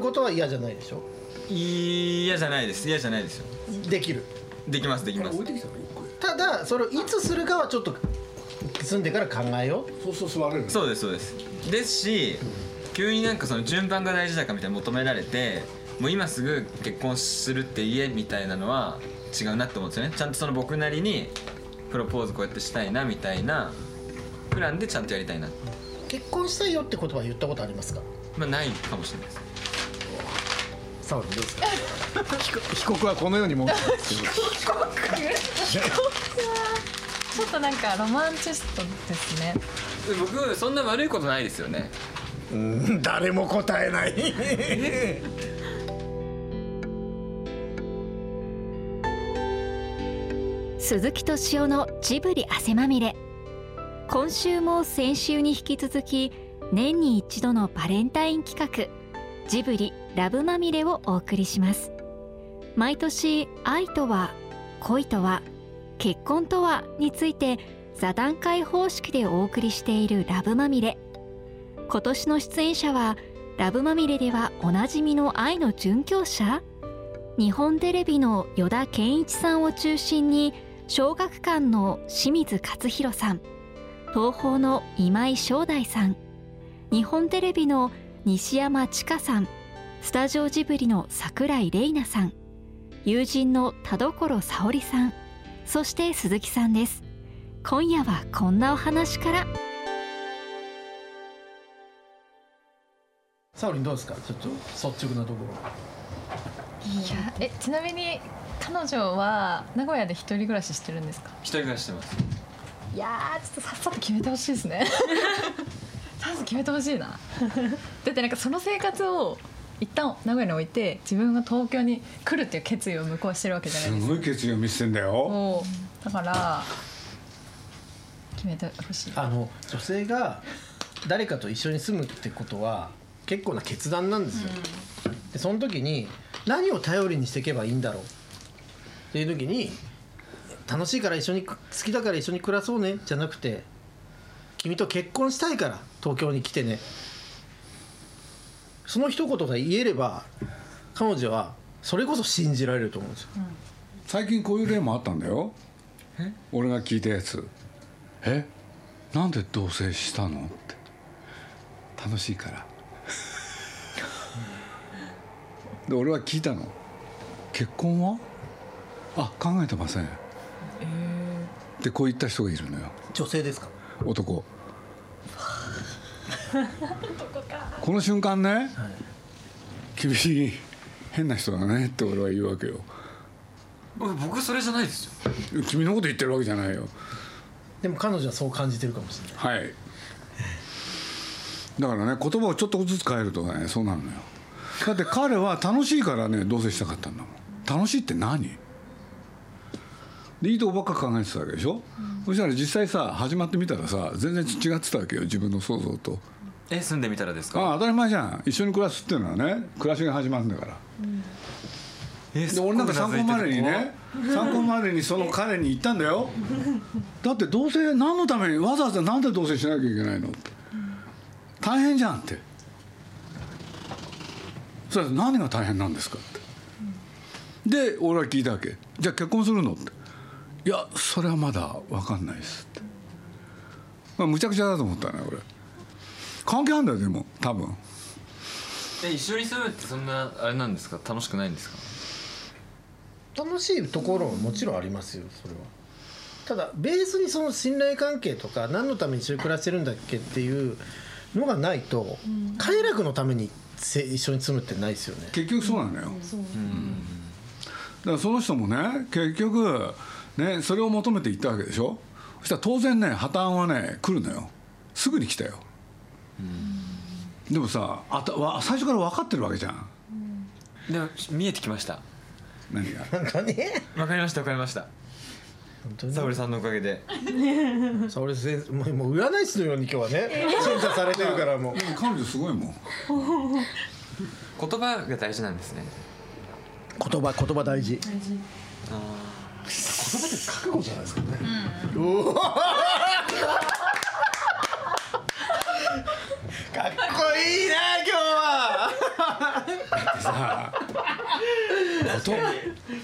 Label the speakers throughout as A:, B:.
A: ことは嫌じゃないでしょ
B: 嫌じゃないです嫌じゃないですよ
A: できる
B: できますできます
C: 置いてきたの一個
A: ただそれをいつするかはちょっと住んでから考えよ
C: そうそう座れる
B: そうですそうですですし急になんかその順番が大事だかみたいな求められてもう今すぐ結婚するって言えみたいなのは違うなって思うんですよねちゃんとその僕なりにプロポーズこうやってしたいなみたいなプランでちゃんとやりたいなって
A: う結婚したいよって言葉言ったことありますか
B: まあないかもしれないです
D: サウルどうですか被告被告はこのように申します
E: ち
D: けど
E: ょっとなんかロマンチストですね
B: 僕そんな悪いことないですよね
D: うん誰も答えない
F: 鈴木敏夫のジブリ汗まみれ今週も先週に引き続き年に一度のバレンタイン企画ジブリラブまみれをお送りします毎年愛とは恋とは結婚とはについて座談会方式でお送りしているラブまみれ今年の出演者はラブまみれではおなじみの愛の殉教者日本テレビの依田健一さんを中心に小学館の清水勝弘さん東宝の今井正大さん日本テレビの西山千佳さんスタジオジブリの桜井玲奈さん友人の田所沙織さんそして鈴木さんです今夜はこんなお話から
A: サオリンどうですかちょっと率直なとこ
E: いやえちなみに彼女は名古屋で一人暮らししてるんですか
B: 一人暮らししてます
E: いやーちょっとさっさと決めてほしいです ねさっさと決めてほしいなだってなんかその生活を一旦名古屋に置いて自分が東京に来るっていう決意を向こうはしてるわけじゃない
C: す
E: ですか
C: ごい決意を見せてんだよ
E: もうだから決めてほしい
A: ろあの女性が誰かと一緒に住むってことは結構な決断なんですよ、でその時に何を頼りにしていけばいいんだろうっていう時に楽しいから一緒に好きだから一緒に暮らそうねじゃなくて君と結婚したいから東京に来てねその一言が言えれば彼女はそれこそ信じられると思うんですよ
C: 最近こういう例もあったんだよ俺が聞いたやつ「えなんで同棲したの?」って「楽しいから」で俺は聞いたの「結婚は?」あ考えてませんでこう言った人がいるのよ
A: 女性ですか
C: 男この瞬間ね、厳しい変な人だねって俺は言うわけよ
B: 僕それじゃないですよ
C: 君のこと言ってるわけじゃないよ
A: でも彼女はそう感じてるかもしれない
C: はいだからね言葉をちょっとずつ変えるとねそうなるのよだって彼は楽しいからね同棲したかったんだもん楽しいって何でいいとこばっか考えてたわけでしょ、そしたら実際さ始まってみたらさ全然違ってたわけよ自分の想像と
B: え住んでみたらです
C: あ
B: か
C: あ当たり前じゃん一緒に暮らすっていうのはね暮らしが始まるんだから
B: え
C: で俺なんか参考までにね参考までにその彼に言ったんだよだって同棲何のためにわざわざなんで同棲しなきゃいけないのって大変じゃんってそれ何が大変なんですかってで俺は聞いたわけじゃあ結婚するのっていやそれはまだ分かんないですって、まあ、むちゃくちゃだと思ったね俺関係あるんだよでも多分
B: え一緒に住むってそんなあれなんですか楽しくないんですか
A: 楽しいところはもちろんありますよそれはただベースにその信頼関係とか何のために一緒に暮らしてるんだっけっていうのがないと、快楽のためにせ一緒に住むってないですよね
C: 結局そうなのよ、だからその人もね結局ねそれを求めて行ったわけでしょそしたら当然ね破綻はね来るのよすぐに来たよ、でもさあたわ最初から分かってるわけじゃん
B: でも見えてきました
C: 何が
A: なんかね
B: わかりましたわかりました
A: 本当に
B: 沙織さんのおかげで
A: 沙織先生もうもう占い師のように今日はね審査されてるからもう
C: でも彼女すごいもん
B: 言葉が大事なんですね
A: 言葉言葉大事
D: 覚悟じゃないですかね
A: かっこいいな今日は
C: さこと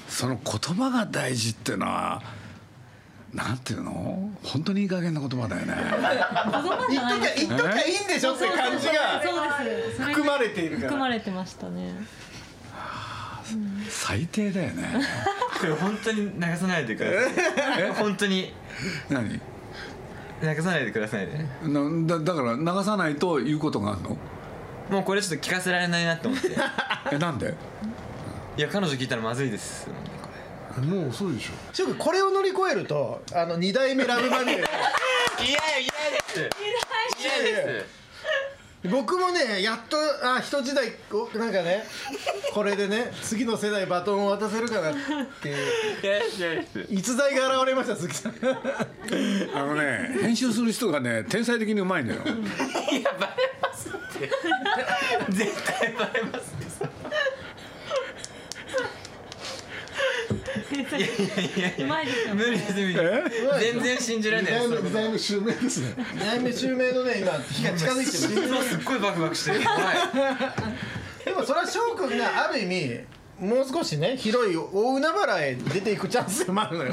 C: その言葉が大事っていうのはなんていうの本当にいい加減な言葉だよね
A: 言っときゃ言っときゃいいんでしょって感じが
G: そうですそれ
A: 含まれているか
G: 含ま
A: ら
G: れてましたね
C: 最低だよ ね
B: これ本当に流さないでください本当に
C: 何
B: 流さないでくださいね
C: なだだから流さないということがあるの
B: もうこれちょっと聞かせられないなと思 ってい
C: えなんで
B: や彼女聞いたらまずいです
D: もう遅いでしょ
A: しょうくんこれを乗り越えるとあの二代目ラブマネー
B: 嫌よ嫌です嫌です
A: 僕もねやっとあ人時代をなんかねこれでね次の世代バトンを渡せるかなっていう
B: 嫌です嫌です
A: 逸材が現れました鈴木さん
C: あのね編集する人がね天才的にうまいのよ
B: いやバレますって絶対バレますっていやいやいや
G: うまいですよ
B: 無
G: ね
B: 理です無理です全然信じられ
D: 二
B: ないで
D: 代
B: す
D: 目二代目襲名ですね
A: 二代目襲名のね今日が近づいてます
B: 心臓すっごいバクバクしてる怖い
A: でもそれは翔くんがある意味もう少しね広い大海原へ出ていくチャンスでもあるのよ、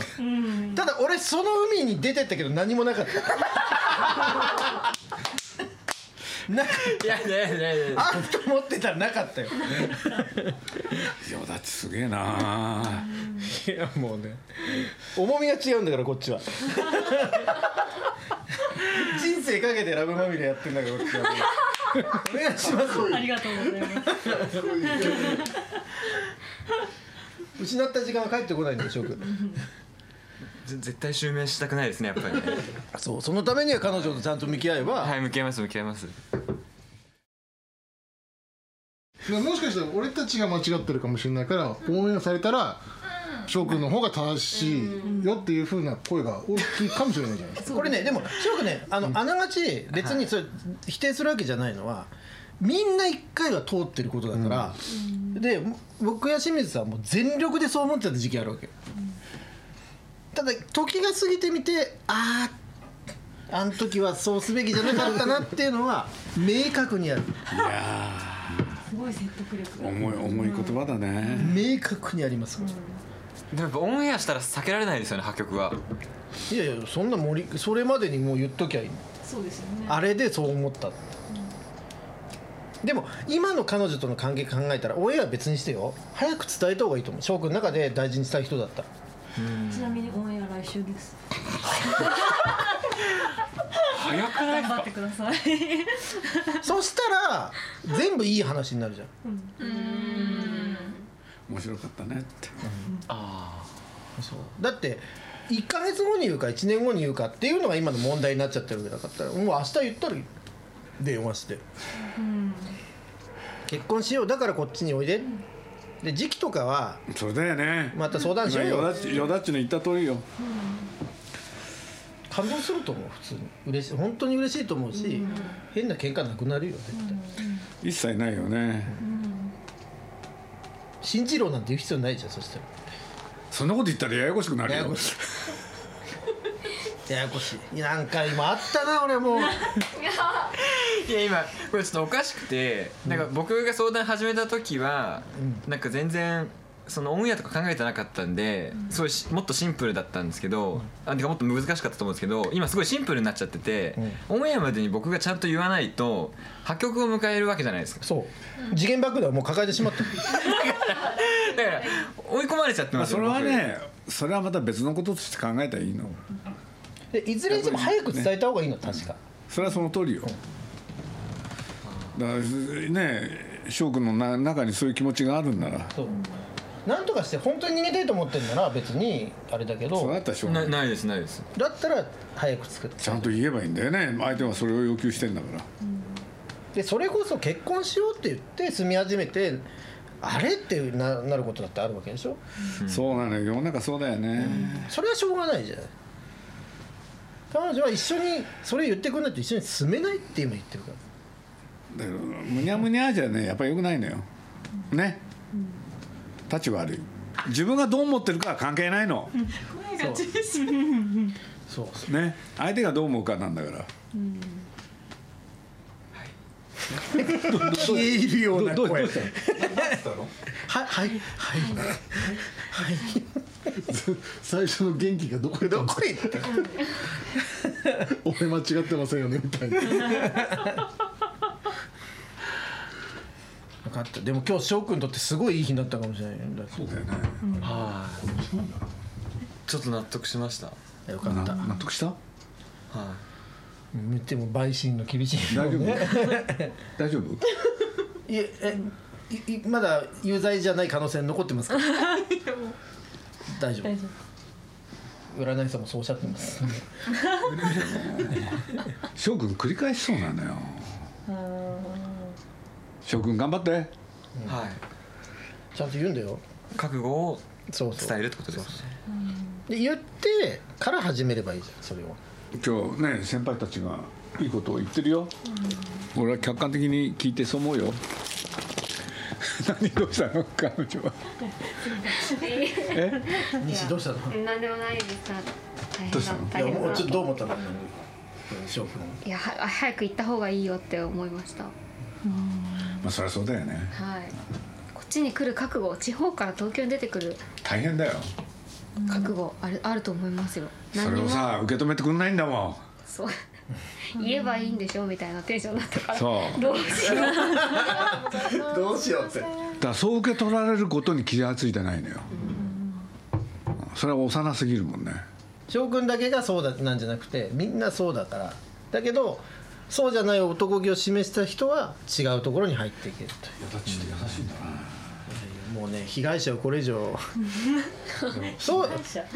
A: ただ俺その海に出てったけど何もなかったなんか
B: いやい やいやいや
A: あると思ってたらなかったよ
C: いやだってすげえない
A: やもうね重みが違うんだからこっ ちは人生かけてラブまみれやってんだからこっちはお願いしますよ
G: ありがとうございます
A: 失った時間は帰ってこないんでしょうく
B: ぜ絶対襲名したくないですねやっぱりね
A: そうそのためには彼女とちゃんと向き合えば、
B: はい向き合います向き合います
D: いやもしかしたら俺たちが間違ってるかもしれないから応援されたら翔くんの方が正しいよっていう風な声が大きいかもしれないじゃないですか
A: これねでもすごくねあの、あながち別にそれ否定するわけじゃないのはみんな一回は通ってることだから、で僕や清水さんも全力でそう思ってた時期あるわけ、ただ時が過ぎてみてあああの時はそうすべきじゃなかったなっていうのは明確にある
G: すごい説得力
C: 重い重い言葉だね
A: 明確にありますから、
B: でもやっぱオンエアしたら避けられないですよね破局はい
A: やいやそんな森それまでにもう言っときゃいいの
G: そうですよね
A: あれでそう思ったって、でも今の彼女との関係考えたら親は別にしてよ早く伝えた方がいいと思う翔くんの中で大事にしたい人だったら
G: ちなみにオンエア来週です
C: 早くない
G: 頑張ってください
A: そしたら全部いい話になるじゃん
C: 面白かったねって
A: だって1か月後に言うか1年後に言うかっていうのが今の問題になっちゃってるわけだからもう明日言ったらいい電話して、結婚しようだからこっちにおいでで時期とかは
C: それだよね
A: また相談しようよ
C: よだっちよだっちの言った通りよ
A: 感動すると思う普通に嬉しい本当に嬉しいと思うし、変な喧嘩なくなるよ絶対、
C: 一切ないよね
A: 新次郎なんて言う必要ないじゃんそしたら
C: そんなこと言ったらややこしくなる
A: やや
C: よ
A: こしいややこしいなんか今あったな俺 もう
B: いや今これちょっとおかしくてなんか僕が相談始めた時は、なんか全然そのオンエアとか考えてなかったんで、すごいしもっとシンプルだったんですけど、あてかもっと難しかったと思うんですけど今すごいシンプルになっちゃってて、オンエアまでに僕がちゃんと言わないと破局を迎えるわけじゃないです か
A: そう次元爆弾はもう抱えてしまった
B: だから追い込まれちゃって
C: まあ
B: ます
C: そ
B: よ
C: れはねそれはまた別のこととして考えたらいいの
A: でいずれにしても早く伝えた方がいいの確か、
C: それはその通りよだからね翔くんのな中にそういう気持ちがあるんなら
A: そうなんとかして本当に逃げたいと思ってるなら別にあれだけ
C: そうだ
A: ど
C: ったらしょ
B: 僕
C: うが
B: な
C: な
B: な
C: い
B: いですないです
A: だったら早く作る
C: ちゃんと言えばいいんだよね相手はそれを要求してんだから
A: でそれこそ結婚しようって言って住み始めてあれってななることだってあるわけでしょ
C: そうなのよ世の中そうだよね、
A: それはしょうがないじゃない彼女は一緒にそれ言ってくんないと一緒に住めないって今言ってるから
C: だけどむにゃむにゃじゃねやっぱりよくないのよね立ち悪い自分がどう思ってるかは関係ないの
A: そう
C: ね相手がどう思うかなんだから
A: 消え入るような
C: どうどう
A: 声
C: したの
A: はいはいはいはい
D: 最初の元気がどこで
A: どこへ行った
D: 俺間違ってませんよねみたいな
A: 分かったでも今日翔くんにとってすごいいい日になったかもしれないよだって
C: そうだよね
B: ちょっと納得しましたは
A: よかった
C: な納得した
A: 見ても陪審の厳しい
C: 大丈 夫大丈夫
A: いええいいまだ有罪じゃない可能性残ってますか大丈夫
G: 大丈
A: 占い師さんもそうおっしゃってます
C: 翔くん繰り返しそうなのよ
G: 夫あ
C: 翔くん頑張って
B: い、はい、
A: ちゃんと言うんだよ
B: 覚悟を
A: そうそう
B: 伝えるってことですね
A: で言ってから始めればいいじゃんそれを
C: 今日ね先輩たちがいいことを言ってるよ、俺は客観的に聞いてそう思うよ 何どうしたの彼女はえ
A: 西どうしたの
H: なんでもないですか大変
C: ど
H: だ
C: うしたの
H: 大変だ
A: もうちょっとどう思ったの翔くん
H: いやは早く行った方がいいよって思いました
C: まあそりゃそうだよね
H: はいこっちに来る覚悟地方から東京に出てくる
C: 大変だよ
H: 覚悟あるあると思いますよ
C: それをさ受け止めてくんないんだもん
H: そう言えばいいんでしょみたいなテンションだったから
C: そう
H: どうしよう
A: どうしようって
C: だからそう受け取られることに気がついてないのよ、それは幼すぎるもんね
A: 翔くんだけがそうだなんじゃなくてみんなそうだからだけどそうじゃない男気を示した人は違うところに入っていけるというもうね被害者をこれ以上そう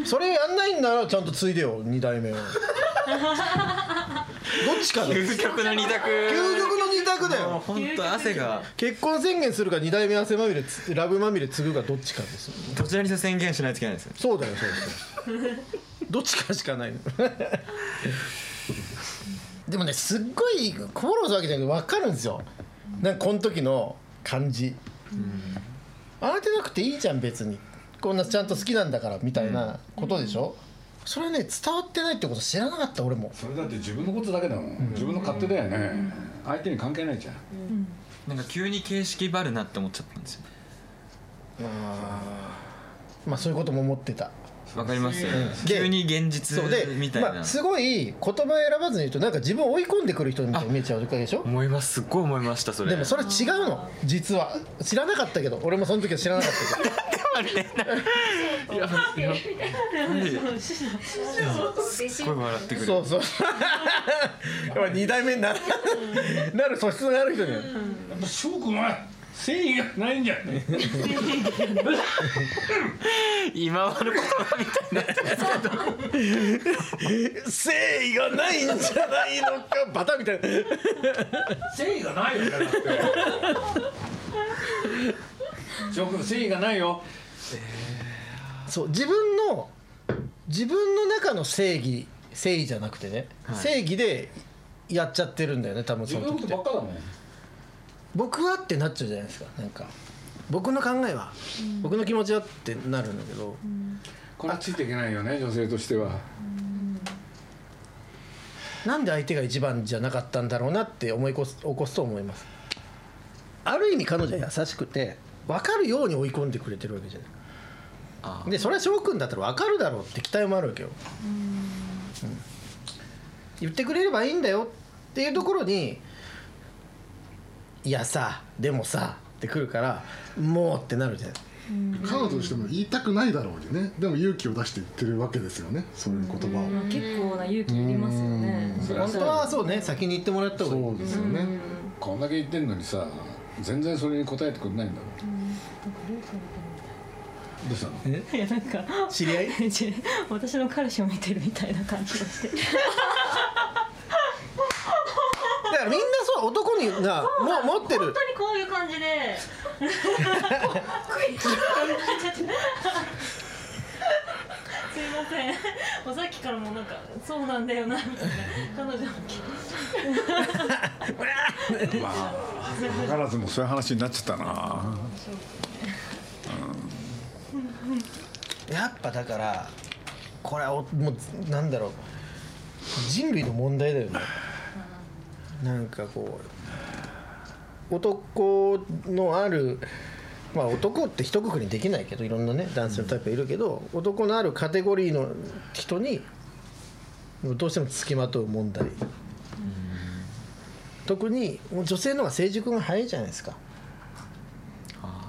A: それやんないんならちゃんと継いでよ2代目をどっちかね
B: 究極の二択
A: 究極の2択だ
B: もう
A: よ
B: 本当汗が
A: 結婚宣言するか2代目汗まみれつラブまみれ継ぐかどっちかですよ
B: どちらにせ宣言しないといけないですよ
A: そうだよそうだよどっちかしかないのでもねすっごいこぼろすわけじゃなくて分かるんですよなんかこの時の感じ、慌てなくていいじゃん別にこんなちゃんと好きなんだからみたいなことでしょ、それね伝わってないってこと知らなかった俺も
C: それだって自分のことだけだもん、自分の勝手だよね、相手に関係ないじゃん
B: なんか急に形式ばるなって思っちゃったんですよね
A: まあそういうことも思ってた
B: わかります
A: んで
B: 急に現実
A: そうで、
B: みたいな、
A: まあ、すごい言葉を選ばずに言うとなんか自分を追い込んでくる人みたいに見えちゃうわけでしょ
B: 思いますすっごい思いましたそれ
A: でもそれ違うの実は知らなかったけど俺もその時は知らなかったけど
B: すっごい笑ってくる
A: そうそう やっぱ2代目になるなる素質がある人には
C: 翔くんは誠意がないんじゃん
B: 今はの言葉みたいな
A: 誠意がないんじゃないのかバタみたいな
C: 誠意がないよだって翔くん誠意がないよ
A: そう自分の自分の中の正義正義じゃなくてね、正義でやっちゃってるんだよね多分そ
C: 自
A: の
C: 分の
A: 時
C: こ
A: っ
C: と
A: て
C: ばっかだもん
A: 僕はってなっちゃうじゃないですかなんか僕の考えは、僕の気持ちはってなるんだけど、
C: これはついていけないよね女性としては
A: なんで相手が一番じゃなかったんだろうなって思い起こす起こすと思いますある意味彼女は優しくて分かるように追い込んでくれてるわけじゃ
B: あ
A: ないでそれは翔くんだったら分かるだろうって期待もあるわけよ、うん言ってくれればいいんだよっていうところに「いやさでもさ」ってくるから「もう」ってなるじゃない
D: 彼女としても言いたくないだろうにねでも勇気を出して言ってるわけですよねそういう言葉を
G: ーまあ結構な勇気いりますよね
A: 本当はそうね先に言ってもらった方がいい
D: そうですよね
C: こんだけ言ってんのにさ全然それに答えてくれないんだもんどうしたの
G: いやなんか
A: 知り合い
G: 私の彼氏を見てるみたいな感じがして
A: だからみんなそう男にがも持ってる
G: 本当にこういう感じで すいませんもうさっきからもうなんかそうなんだよなみたいな彼女も
C: 分からずもそういう話になっちゃったな
A: やっぱだからこれはおもうなんだろう人類の問題だよねなんかこう男のあるまあ男って一括りにできないけどいろんなね男性のタイプいるけど、男のあるカテゴリーの人にどうしても付きまとう問題、特にもう女性の方が成熟が早いじゃないですか
B: あ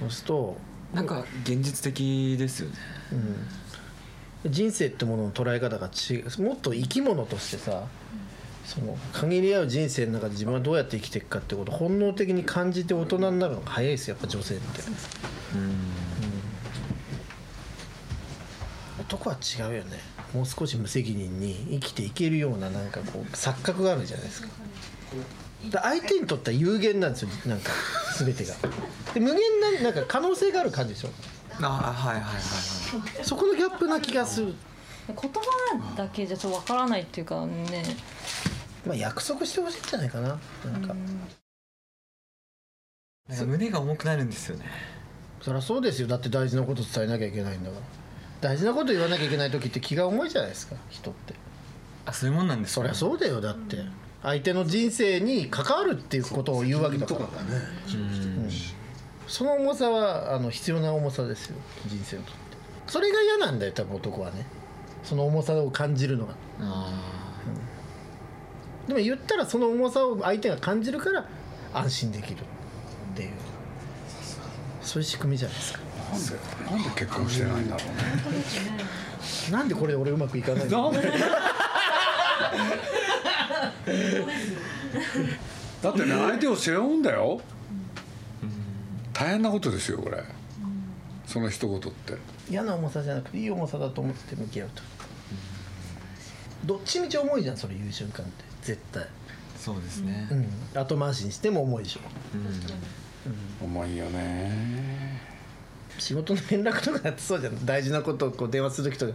A: そうすると、
B: ーなんか現実的ですよね
A: うん、人生ってものの捉え方が違うもっと生き物としてさその限り合う人生の中で自分はどうやって生きていくかってことを本能的に感じて大人になるのが早いですよやっぱ女性って男は違うよねもう少し無責任に生きていけるようななんかこう錯覚があるじゃないですかだ相手にとっては有限なんですよなんか全てがで無限ななんか可能性がある感じでしょ
B: ああはいはいはいはい
A: そこのギャップな気がする
G: 言葉だけじゃちょっとわからないっていうかね
A: まあ約束してほしいんじゃないかななんか
B: なんか胸が重くなるんですよね
A: そりゃそうですよだって大事なこと伝えなきゃいけないんだから大事なこと言わなきゃいけない時って気が重いじゃないですか人って
B: あそういうもんなんです
A: そりゃそうだよだって相手の人生に関わるっていうことを言うわけだからその重さはあの必要な重さですよ人生にとってそれが嫌なんだよ多分男はねその重さを感じるのが
B: あ
A: でも言ったらその重さを相手が感じるから安心できるっていうそういう仕組みじゃないですか
C: なんで結婚してないんだろうね
A: なんでこれ俺うまくいかない
C: な
A: の
C: んでだってね相手を背負うんだよ大変なことですよこれその一言って
A: 嫌な重さじゃなくていい重さだと思って向き合うとどっちみち重いじゃんそれ言う瞬間って絶対、
B: ーそうですね、
A: うん、後回しにしても重いでしょ
C: 重いよね
A: 仕事の連絡とかやってそうじゃん大事なことをこう電話する時とか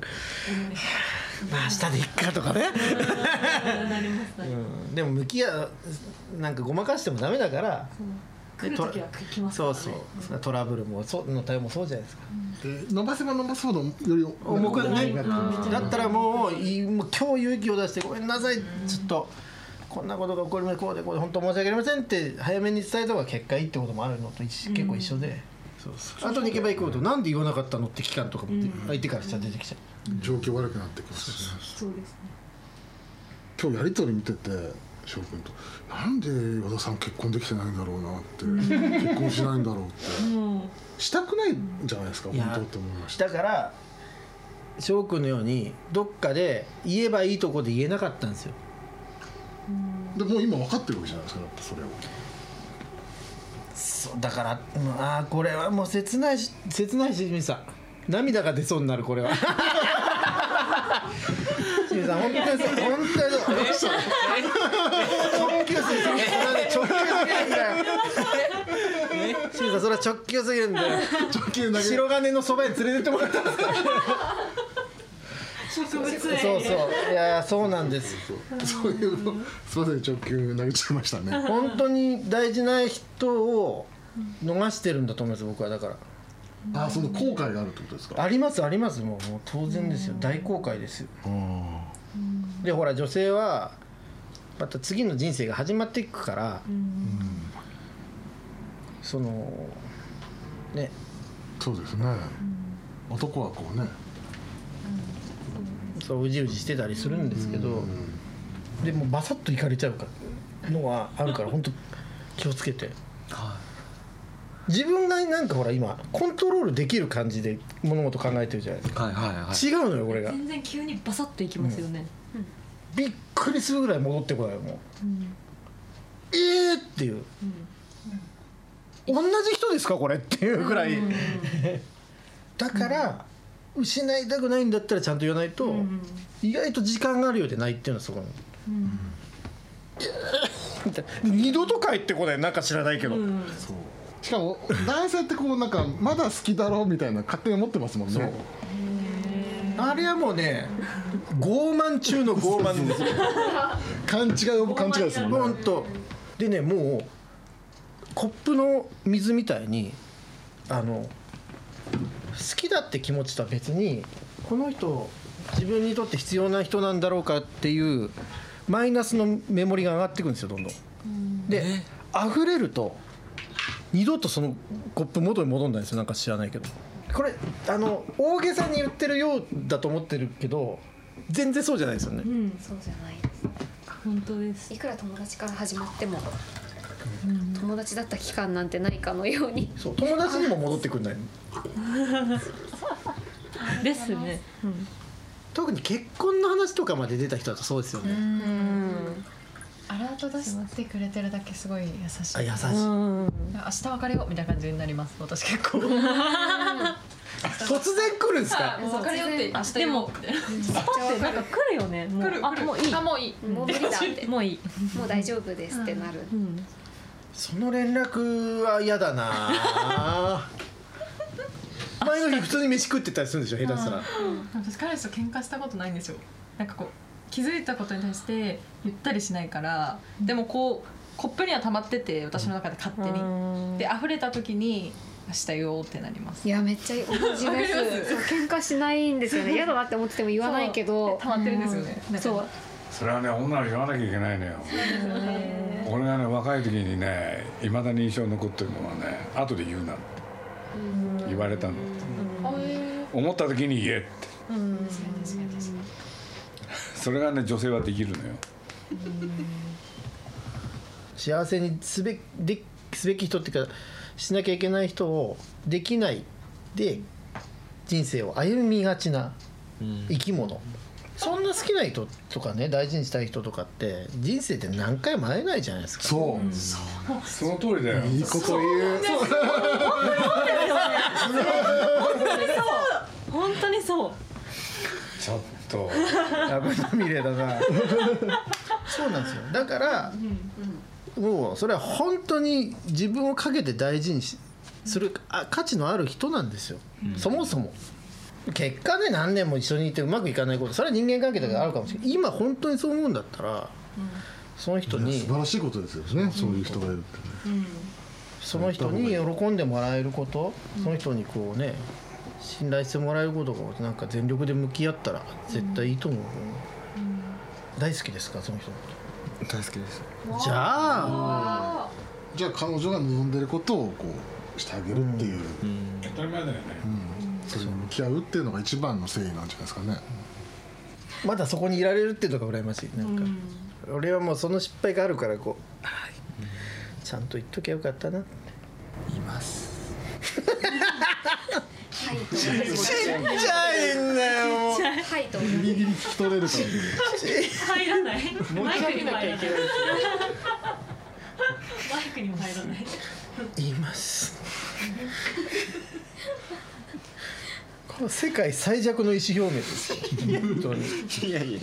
A: 「まあ明日でいっか」とかね、うん、でも向き合うなんかごまかしてもダメだから
G: 来る時は来ますか
A: そう
G: らね
A: そうトラブルもそうの対応もそうじゃないですか
D: で伸ばせば伸ばすほどより
A: 重くね
D: なる
A: だったらもういもう今日勇気を出してごめんなさいちょっとこんなことが起こりまこうでこうで本当申し訳ありませんって早めに伝えた方が結果いいってこともあるのと一緒結構一緒で。そうそう後に行けば行くほどなんで言わなかったのって期間とかも相手からしたら出てきちゃ
D: 状況悪くなってくるしね
G: そうですね
D: 今日やり取り見てて翔くんとなんで和田さん結婚できてないんだろうなって結婚しないんだろうって
G: も
D: したくないんじゃないですか
A: いや
D: 本当って思いま
A: う
D: し
A: だから翔くんのようにどっかで言えばいいとこで言えなかったんですよ
D: たでもう今分かってるわけじゃないですかやっぱそれを
A: そうだからうんああこれはもう切ないし切ないし清水さん涙が出そうになるこれ は清水さん本当にそう本当にそう直球すぎるそれはね直球すぎるんだよ清水さんそれは直球すぎるんだよ
D: 直球投げ
A: 白金のそばに連れてってもらったんですか
G: う植物園
A: そうそういやいやそうなんです
D: そういうのすいません直球投げちゃいましたね
A: 本当に大事な人を逃してるんだと思います僕はだから
D: あその後悔があるってことですか
A: ありますありますもうもう当然ですよ大公開ですよ
D: うん
A: でほら女性はまた次の人生が始まっていくから、そのね
D: そうですね男はこうね
A: そううじうじしてたりするんですけど、でもうバサッといかれちゃうからのはあるから本当気をつけて
B: は
A: 自分がなんかほら今コントロールできる感じで物事考えてるじゃないですか、
B: いはいはいはい
A: 違うのよこれが
G: 全然急にバサッといきますよね、
A: びっくりするぐらい戻ってこないよもう、えーっていう、同じ人ですかこれっていうぐらい、だから、失いたくないんだったらちゃんと言わないと、意外と時間があるようでないっていうのはそこの、みたいな二度と帰ってこないなんか知らないけど、
D: しかも男性ってこうなんかまだ好きだろうみたいな勝手に思ってますもんね
A: あれはもうね傲慢中の傲慢ですよ
D: 勘違いを勘違いですもんね
A: ほんとでねもうコップの水みたいにあの好きだって気持ちとは別にこの人自分にとって必要な人なんだろうかっていうマイナスのメモリが上がってくるんですよどんどん。で溢れると二度とそのコップ元に戻んないんですよなんか知らないけどこれあの大げさに言ってるようだと思ってるけど全然そうじゃないですよね、
G: うん
H: そうじゃないです
G: 本当です
H: いくら友達から始まっても友達だった期間なんてないかのように
A: そう友達にも戻ってくんない
G: ですね
A: 特に結婚の話とかまで出た人だとそうですよね、
H: うん
E: アラート出してくれてるだけすごい優し
A: あ
E: い
A: 優しい、
G: うん
E: 明日別れようみたいな感じになります私結構
A: 突然来るんですか
E: もう別れようって明日
G: で
E: 言おう
G: もパってなんか来るよねもうあもういい
E: あもういい
H: もう無理だって
G: もういい
H: もう大丈夫ですってなる
G: うん
A: その連絡は嫌だな前の日普通に飯食ってたりするんでしょ下手したら
E: 私彼氏と喧嘩したことないんですよなんかこう気づいたことに対して言ったりしないからでもこうコップには溜まってて私の中で勝手に、で溢れた時に明日言おうってなります
H: いやめっちゃ同じ
E: わかりま
H: で
E: す
H: すそう喧嘩しないんですよね嫌だなって思ってても言わないけど
E: 溜まってるんですよね、なんか
H: そう
C: それはね女は言わなきゃいけないのよ俺がね若い時にねいまだに印象に残ってるのはね後で言うなって言われたの思った時に言えってそれがね女性はできるのよ
A: 幸せにすべですべき人っていうかしなきゃいけない人をできないで人生を歩みがちな生き物、そんな好きな人とかね大事にしたい人とかって人生って何回も会えないじゃないですか
C: そう、その通りだよ
D: いいこと言う
G: 本当にそう
C: ちょっと
A: ラブまみれだなそうなんですよだから、もうそれは本当に自分をかけて大事にしするあ価値のある人なんですよ、そもそも結果ね何年も一緒にいてうまくいかないことそれは人間関係だけあるかもしれない、今本当にそう思うんだったら、その人に
D: 素晴らしいことですよねそういう人がいるってね
A: その人に喜んでもらえること、その人にこうね信頼してもらえることがなんか全力で向き合ったら絶対いいと思う、大好きですかその人のこと
B: 大好きです
A: じゃあ
D: じゃあ彼女が望んでることをこうしてあげるっていう、
C: 当たり前だよね、
D: それに向き合うっていうのが一番の誠意なんじゃないですかね、
A: まだそこにいられるっていうのが羨ましいなんか、俺はもうその失敗があるからこう、あーちゃんと言っときゃよかったな
H: はいと思って
A: ちっちゃいんだよもう
H: はいと
D: ギリギリ聞き取れるから、ね、
G: 入らないマイクにも入らないマイクにも入らない
A: 言いますこの世界最弱の意思表明ですよ本当に
B: いやいや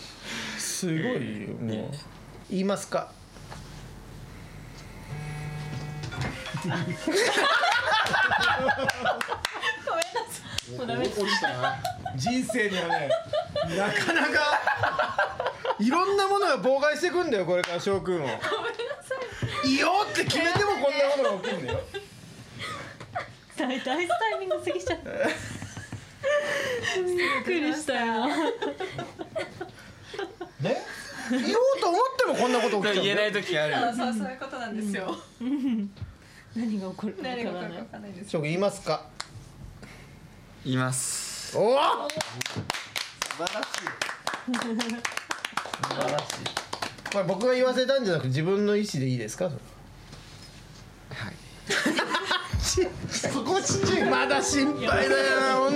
A: すごいよもう言いますか
G: もうダメです
A: 人生にはねなかなかいろんなものが妨害していくんだよこれから翔くんをごめんなさいいよって決めてもこんなことが起きるんだよ
G: 大体タイミング過ぎちゃったびっくりしたよ
A: ね言おうと思ってもこんなこと起きちゃうん
B: 言
A: だ
B: えな
A: よ
B: い時あるよ
E: そうそういうことなんですよ、
G: 何が起こるかわ
E: 何
G: か
E: が起こ
G: らな
E: るか
G: い
E: 分かんないです
A: 翔くん言いますか
B: います
A: おお
B: 素晴らし
A: 素晴らしいこれ僕が言わせたんじゃなくて自分の意思でいいですかそれ
B: いはい
A: そこちっちゃいまだ心配だよな本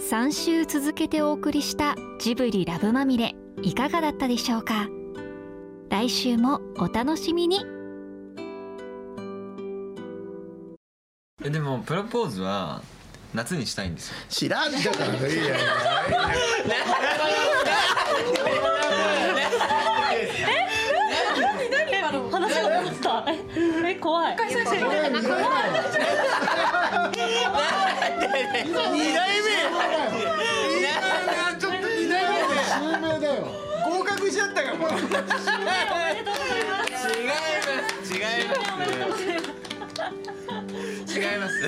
A: 当
F: 3週続けてお送りしたジブリラブまみれいかがだったでしょうか来週もお楽しみに
B: えでもプロポーズは夏にしたいんですよ
A: 知らんだからいいや
G: 何今の話が戻ったええ怖い
A: 二代目ちょっと二代目
D: 有名だよ
A: 合格しちゃったかも
B: 違います違います違います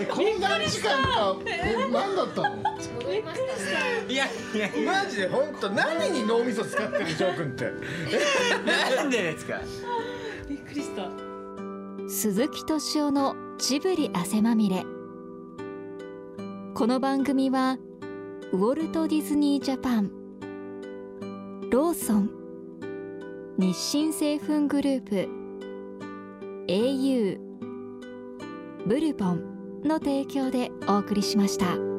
D: えこんな時間かえ何だったの
H: 戻思いましたね
B: いやいや
A: マジで本当何に脳みそ使ってる翔くんって
B: なんでですか
G: びっくりした
F: 鈴木敏夫のジブリ汗まみれこの番組はウォルト・ディズニー・ジャパンローソン日清製粉グループ au ブルボンの提供でお送りしました。